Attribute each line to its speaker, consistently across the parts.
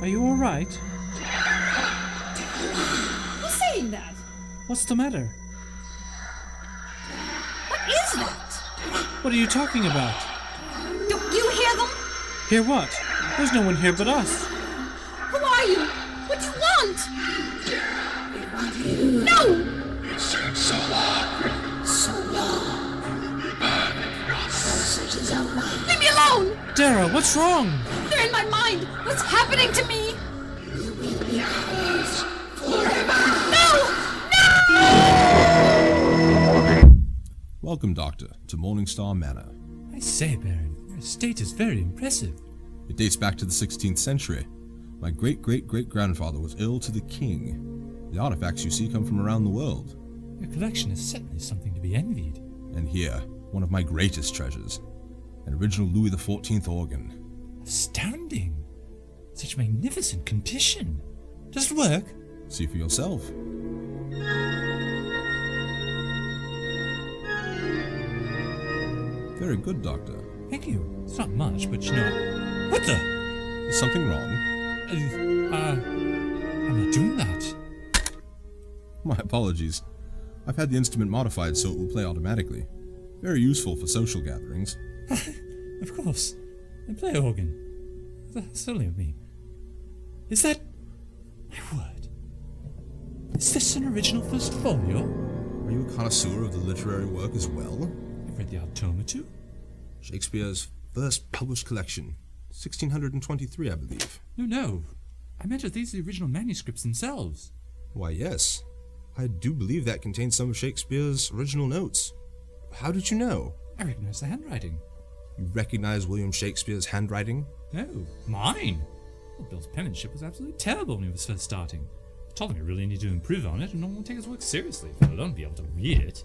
Speaker 1: right?
Speaker 2: Who's saying that?
Speaker 1: What's the matter?
Speaker 2: What is that?
Speaker 1: What are you talking about?
Speaker 2: Don't you hear them?
Speaker 1: Hear what? There's no one here but us.
Speaker 2: Who are you? What do you want? No!
Speaker 3: It seems so long.
Speaker 2: Leave me alone!
Speaker 1: Dara, what's wrong?
Speaker 2: They're in my mind! What's happening to me? No!
Speaker 4: Welcome, Doctor, to Morningstar Manor.
Speaker 5: I say, Baron, your estate is very impressive.
Speaker 4: It dates back to the 16th century. My great great great grandfather was ill to the king. The artifacts you see come from around the world.
Speaker 5: Your collection is certainly something to be envied.
Speaker 4: And here, one of my greatest treasures an original Louis XIV organ.
Speaker 5: Astounding! Such magnificent condition. Does it work?
Speaker 4: See for yourself. Very good, Doctor.
Speaker 5: Thank you. It's not much, but you know. What the?
Speaker 4: Is something wrong?
Speaker 5: Uh, uh, I'm not doing that.
Speaker 4: My apologies. I've had the instrument modified so it will play automatically. Very useful for social gatherings.
Speaker 5: Of course. I play organ. That's silly of me. Is that. My word. Is this an original first folio?
Speaker 4: Are you a connoisseur of the literary work as well?
Speaker 5: I've read the Automatu.
Speaker 4: Shakespeare's first published collection, 1623, I believe.
Speaker 5: No, no. I meant are these the original manuscripts themselves?
Speaker 4: Why, yes. I do believe that contains some of Shakespeare's original notes. How did you know?
Speaker 5: I recognize the handwriting.
Speaker 4: You recognize William Shakespeare's handwriting?
Speaker 5: No, mine. Well, Bill's penmanship was absolutely terrible when he was first starting. I told him he really needed to improve on it and no one would take his work seriously, let alone be able to read it.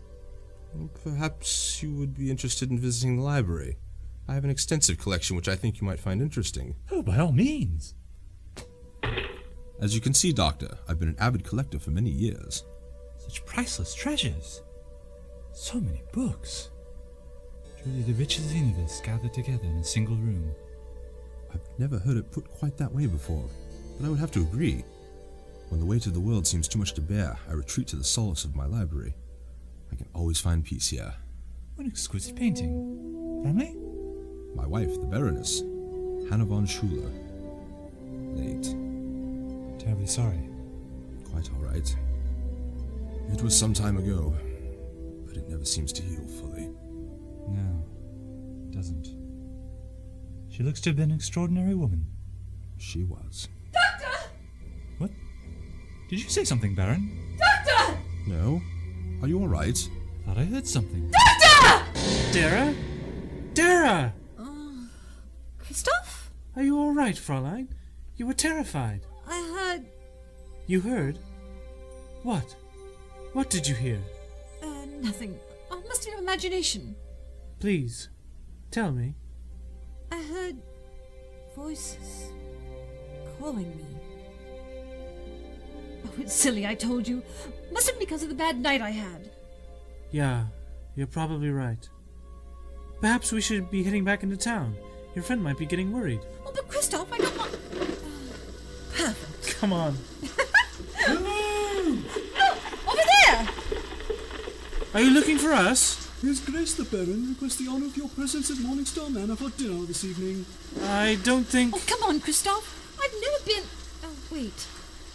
Speaker 4: Well, Perhaps you would be interested in visiting the library. I have an extensive collection which I think you might find interesting.
Speaker 5: Oh, by all means.
Speaker 4: As you can see, Doctor, I've been an avid collector for many years.
Speaker 5: Such priceless treasures. So many books. Truly the riches of the universe gathered together in a single room.
Speaker 4: I've never heard it put quite that way before, but I would have to agree. When the weight of the world seems too much to bear, I retreat to the solace of my library. I can always find peace here.
Speaker 5: What an exquisite painting. Family?
Speaker 4: My wife, the Baroness, Hannah von Schuler. Late.
Speaker 5: Terribly sorry.
Speaker 4: Quite all right. It was some time ago, but it never seems to heal fully.
Speaker 5: No, it doesn't. She looks to have been an extraordinary woman.
Speaker 4: She was.
Speaker 5: What? Did you say something, Baron?
Speaker 4: No? Are you all right?
Speaker 5: I thought I heard something.
Speaker 1: Dara? Dara!
Speaker 2: Christoph?
Speaker 1: Are you all right, Fräulein? You were terrified.
Speaker 2: I heard.
Speaker 1: You heard? What? What did you hear?
Speaker 2: Uh, nothing. Oh, it must be your imagination.
Speaker 1: Please, tell me.
Speaker 2: I heard. voices. calling me. Oh, it's silly, I told you. Must have been because of the bad night I had.
Speaker 1: Yeah, you're probably right. Perhaps we should be heading back into town. Your friend might be getting worried.
Speaker 2: Oh, but Christoph, I don't want.
Speaker 1: Come on.
Speaker 2: Over there!
Speaker 1: Are you looking for us?
Speaker 6: His Grace the Baron requests the honour of your presence at Morningstar Manor for dinner this evening.
Speaker 1: I don't think.
Speaker 2: Oh, come on, Christoph. I've never been. Oh, wait.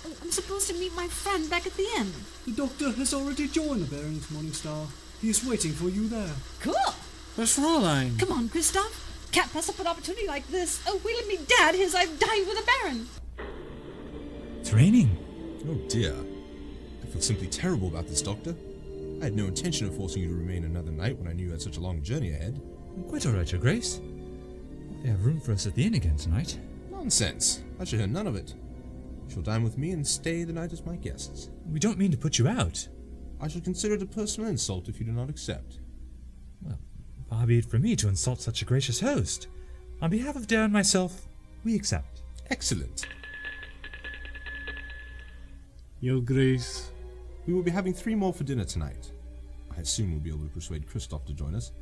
Speaker 2: Oh, I'm supposed to meet my friend back at the inn.
Speaker 6: The doctor has already joined the Baron at Morningstar. He is waiting for you there.
Speaker 2: Cool!
Speaker 1: But Fräulein.
Speaker 2: Come on, Christoph. Can't pass up an opportunity like this. Oh, wait, let me dad his I've dined with a baron.
Speaker 5: It's raining.
Speaker 4: Oh dear. I feel simply terrible about this, Doctor. I had no intention of forcing you to remain another night when I knew you had such a long journey ahead.
Speaker 5: I'm quite all right, Your Grace. Hope they have room for us at the inn again tonight.
Speaker 4: Nonsense. I shall hear none of it. You shall dine with me and stay the night as my guests.
Speaker 5: We don't mean to put you out.
Speaker 4: I shall consider it a personal insult if you do not accept.
Speaker 5: Well, far be it from me to insult such a gracious host. On behalf of Dare and myself, we accept.
Speaker 4: Excellent.
Speaker 6: Your Grace.
Speaker 4: We will be having three more for dinner tonight. I assume we'll be able to persuade Christoph to join us.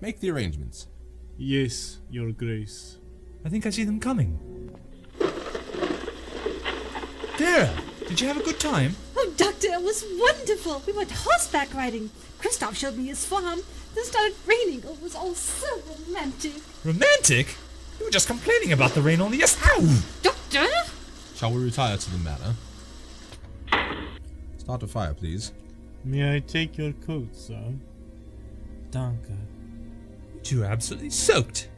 Speaker 4: Make the arrangements.
Speaker 6: Yes, Your Grace.
Speaker 5: I think I see them coming. Vera, did you have a good time?
Speaker 2: Oh, Doctor, it was wonderful. We went horseback riding. Christoph showed me his farm. Then started raining. Oh, it was all so romantic.
Speaker 5: Romantic? You were just complaining about the rain only yes how?
Speaker 2: Doctor?
Speaker 4: Shall we retire to the matter? Start a fire, please.
Speaker 1: May I take your coat, sir? Danke.
Speaker 5: You two are absolutely soaked.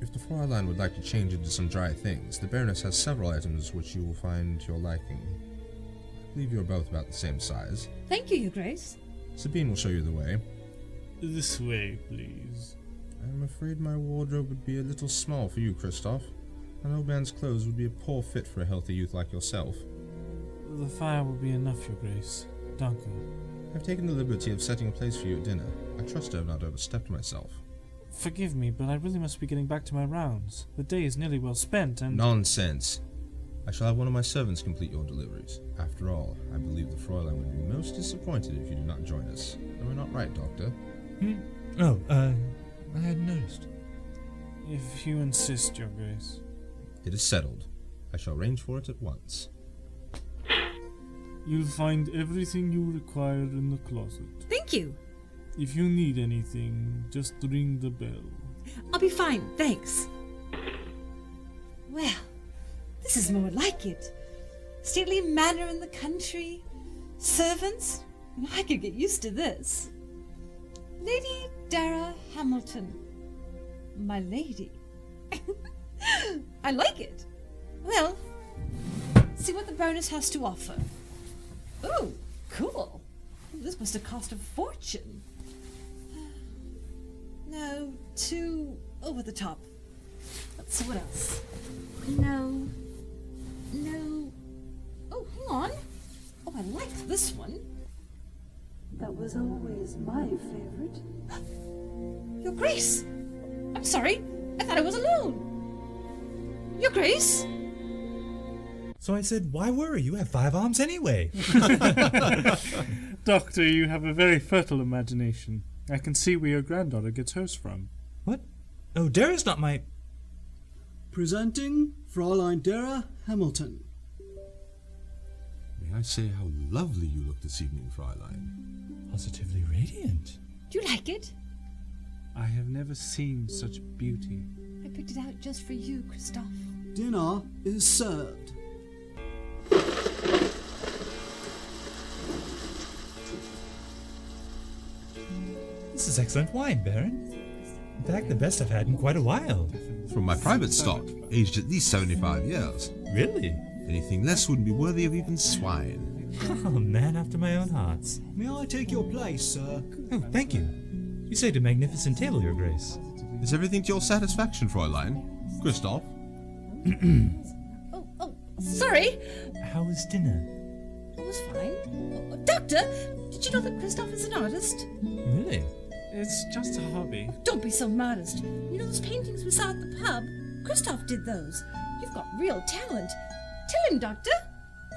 Speaker 4: If the Fräulein would like to change into some dry things, the Baroness has several items which you will find to your liking. I believe you are both about the same size.
Speaker 2: Thank you, Your Grace.
Speaker 4: Sabine will show you the way.
Speaker 1: This way, please.
Speaker 4: I'm afraid my wardrobe would be a little small for you, Christoph. An old man's clothes would be a poor fit for a healthy youth like yourself.
Speaker 1: The fire will be enough, Your Grace. Danke.
Speaker 4: I've taken the liberty of setting a place for you at dinner. I trust I have not overstepped myself.
Speaker 1: Forgive me, but I really must be getting back to my rounds. The day is nearly well spent, and
Speaker 4: Nonsense! I shall have one of my servants complete your deliveries. After all, I believe the Fräulein would be most disappointed if you do not join us. Am I not right, Doctor?
Speaker 5: Oh, uh, I hadn't noticed.
Speaker 1: if you insist, Your Grace.
Speaker 4: It is settled. I shall arrange for it at once.
Speaker 1: You'll find everything you require in the closet.
Speaker 2: Thank you.
Speaker 1: If you need anything, just ring the bell.
Speaker 2: I'll be fine, thanks. Well, this is more like it. Stately manor in the country, servants. I could get used to this. Lady Dara Hamilton. My lady. I like it. Well, see what the Baroness has to offer. Ooh, cool. This must have cost a fortune. No, too over the top. Let's see what else. No. No. Oh, hang on. Oh, I like this one.
Speaker 7: That was always my favorite.
Speaker 2: Your Grace! I'm sorry. I thought I was alone. Your Grace?
Speaker 5: So I said, Why worry? You have five arms anyway.
Speaker 1: Doctor, you have a very fertile imagination. I can see where your granddaughter gets hers from.
Speaker 5: what? Oh, Dara's not my.
Speaker 6: Presenting Fräulein Dara Hamilton.
Speaker 4: May I say how lovely you look this evening, Fräulein?
Speaker 5: Positively radiant.
Speaker 2: Do you like it?
Speaker 1: I have never seen such beauty.
Speaker 2: I picked it out just for you, Christophe.
Speaker 6: Dinner is served.
Speaker 5: This is excellent wine, Baron. In fact, the best I've had in quite a while.
Speaker 4: From my private stock, aged at least 75 years.
Speaker 5: Really?
Speaker 4: Anything less wouldn't be worthy of even swine.
Speaker 5: Oh, man after my own hearts.
Speaker 6: May I take your place, sir?
Speaker 5: Oh, thank you. You saved a magnificent table, Your Grace.
Speaker 4: Is everything to your satisfaction, Fräulein? Christoph?
Speaker 2: Oh, oh, sorry.
Speaker 5: How was dinner?
Speaker 2: It was fine. Oh, Doctor, did you know that Christophe is an artist?
Speaker 5: Really?
Speaker 1: It's just a hobby.
Speaker 2: Don't be so modest. You know those paintings we saw at the pub? Christoph did those. You've got real talent. Tell him, Doctor.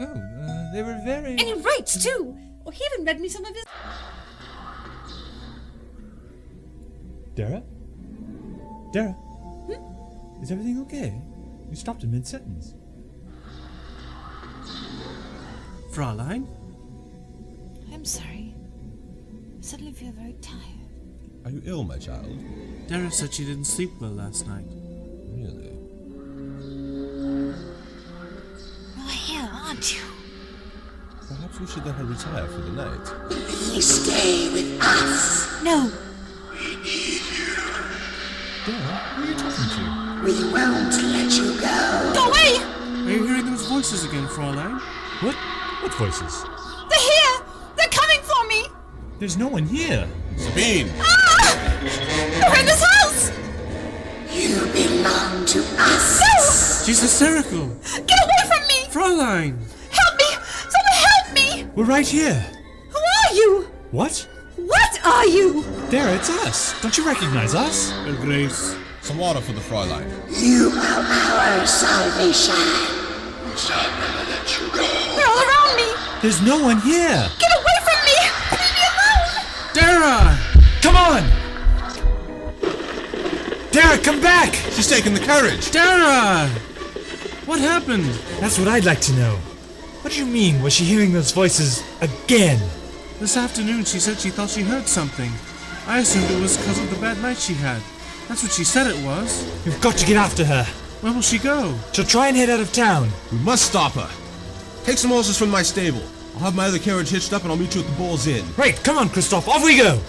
Speaker 5: Oh, uh, they were very.
Speaker 2: And he writes, too. Or he even read me some of his.
Speaker 5: Dara? Dara? Is everything okay? You stopped in mid sentence.
Speaker 1: Fräulein?
Speaker 2: I'm sorry. I suddenly feel very tired.
Speaker 4: Are you ill, my child?
Speaker 1: Dara said she didn't sleep well last night.
Speaker 4: Really?
Speaker 2: You're here, aren't you?
Speaker 4: Perhaps we should let her retire for the night.
Speaker 2: No.
Speaker 5: Dara, who are you talking to?
Speaker 2: Go away!
Speaker 1: Are you hearing those voices again, Fräulein?
Speaker 5: What? What voices?
Speaker 2: They're here! They're coming for me!
Speaker 5: There's no one here.
Speaker 4: Sabine!
Speaker 2: Ah! They're in this house! You
Speaker 1: She's hysterical!
Speaker 2: belong to us! No! Get away from me!
Speaker 1: Fräulein!
Speaker 2: Help me! Someone help me!
Speaker 5: We're right here.
Speaker 2: Who are you?
Speaker 5: What?
Speaker 2: What are you?
Speaker 5: Dara, it's us. Don't you recognize us?
Speaker 1: Your Grace.
Speaker 4: Some water for the Fräulein.
Speaker 3: Son, I'll let you go.
Speaker 2: They're all around me!
Speaker 5: There's no one here.
Speaker 2: Get away from me! Leave me alone!
Speaker 1: Dara!
Speaker 5: Come on! Dara, come back!
Speaker 4: She's taken the carriage!
Speaker 1: Dara! What happened?
Speaker 5: That's what I'd like to know. What do you mean? Was she hearing those voices again?
Speaker 1: This afternoon she said she thought she heard something. I assumed it was because of the bad night she had. That's what she said it was.
Speaker 5: You've got to get after her.
Speaker 1: Where will she go?
Speaker 5: She'll try and head out of town.
Speaker 4: We must stop her. Take some horses from my stable. I'll have my other carriage hitched up and I'll meet you at the Bull's Inn.
Speaker 5: Right, come on, Christoph, off we go!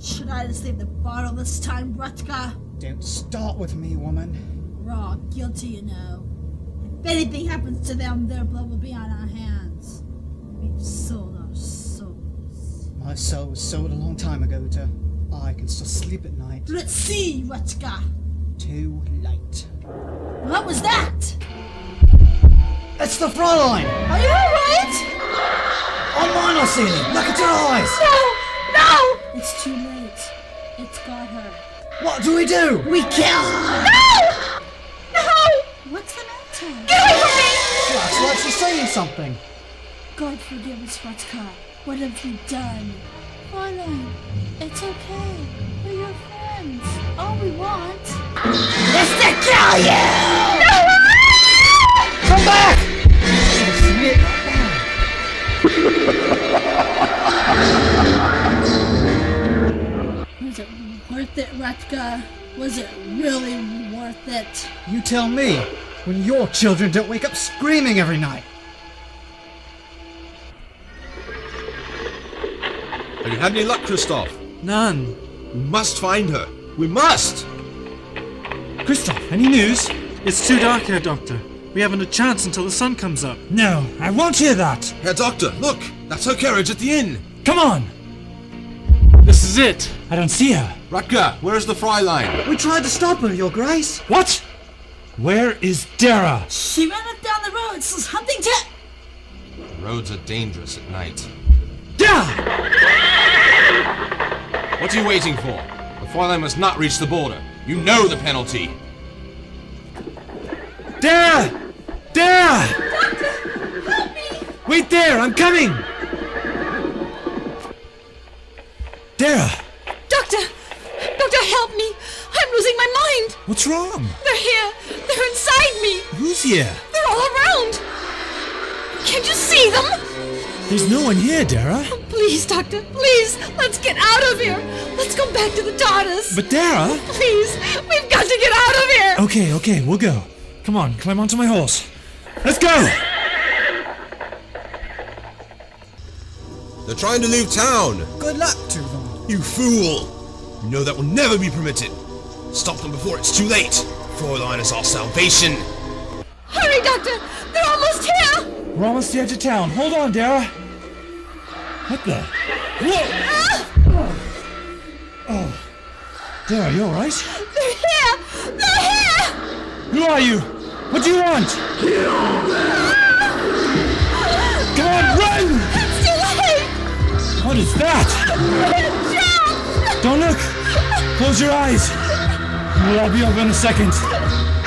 Speaker 8: Should I have saved the bottle this time, Rutka?
Speaker 9: Don't start with me, woman.
Speaker 8: Wrong. Guilty, you know. If anything happens to them, their blood will be on our hands. We've sold our souls.
Speaker 9: My soul was sold a long time ago to. I can still sleep at night.
Speaker 8: Let's see, Rutka.
Speaker 9: Too late.
Speaker 8: What was that?
Speaker 9: It's the Fräulein!
Speaker 8: Are you alright?
Speaker 9: On mine, I see it! Look at her eyes!
Speaker 8: No! No! It's too late. It's got her.
Speaker 9: What do we do?
Speaker 8: We kill her! No! No!
Speaker 2: What's the matter?
Speaker 8: Get away from
Speaker 9: She acts like she's saying something.
Speaker 8: me! God forgive us, Rutka. What have you done?
Speaker 2: Fräulein, it's okay. We're your friends. All we want.
Speaker 8: It's to kill you!
Speaker 9: Come back! She's knit like that.
Speaker 8: Was it worth it, Rutka? Was it really worth it?
Speaker 9: You tell me when your children don't wake up screaming every night.
Speaker 4: Have you had any luck, Christoph?
Speaker 1: None.
Speaker 4: We must find her. We must!
Speaker 5: Christoph, any news?
Speaker 1: It's too dark here, Doctor. We haven't a chance until the sun comes up.
Speaker 5: No, I won't hear that!
Speaker 4: Herr Doctor, look! That's her carriage at the inn!
Speaker 5: Come on!
Speaker 1: This is it.
Speaker 5: I don't see her.
Speaker 4: Rutger, where is the Fräulein?
Speaker 9: We tried to stop her, Your Grace.
Speaker 5: What? Where is Dara?
Speaker 8: She ran up down the road, so something to.
Speaker 4: Roads are dangerous at night.
Speaker 5: Dara!
Speaker 4: What are you waiting for? The Fräulein must not reach the border. You know the penalty.
Speaker 5: Dara! Dara! Doctor, help me! Wait there, I'm coming! Dara,
Speaker 2: Doctor! Doctor, help me! I'm losing my mind!
Speaker 5: what's wrong?
Speaker 2: They're here! They're inside me!
Speaker 5: Who's here?
Speaker 2: They're all around! Can't you see them?
Speaker 5: There's no one here, Dara.
Speaker 2: Please, Doctor, please, let's get out of here! Let's go back to the daughters!
Speaker 5: But Oh. Dara!
Speaker 2: Please, we've got to get out of here!
Speaker 5: Okay, okay, we'll go. Come on, climb onto my horse. Let's go!
Speaker 4: They're trying to leave town!
Speaker 9: Good luck to them.
Speaker 4: You fool! You know that will never be permitted. Stop them before it's too late. Fräulein is our salvation.
Speaker 2: Hurry, Doctor! They're almost here!
Speaker 5: We're almost the edge of town. Hold on, Dara. What the? Whoa! Oh. Dara, you alright?
Speaker 2: They're here! They're here!
Speaker 5: Who are you? What do you want? Come on, run!
Speaker 2: It's too late!
Speaker 5: What is that?
Speaker 2: John!
Speaker 5: Don't look! Close your eyes! We'll all be over in a second.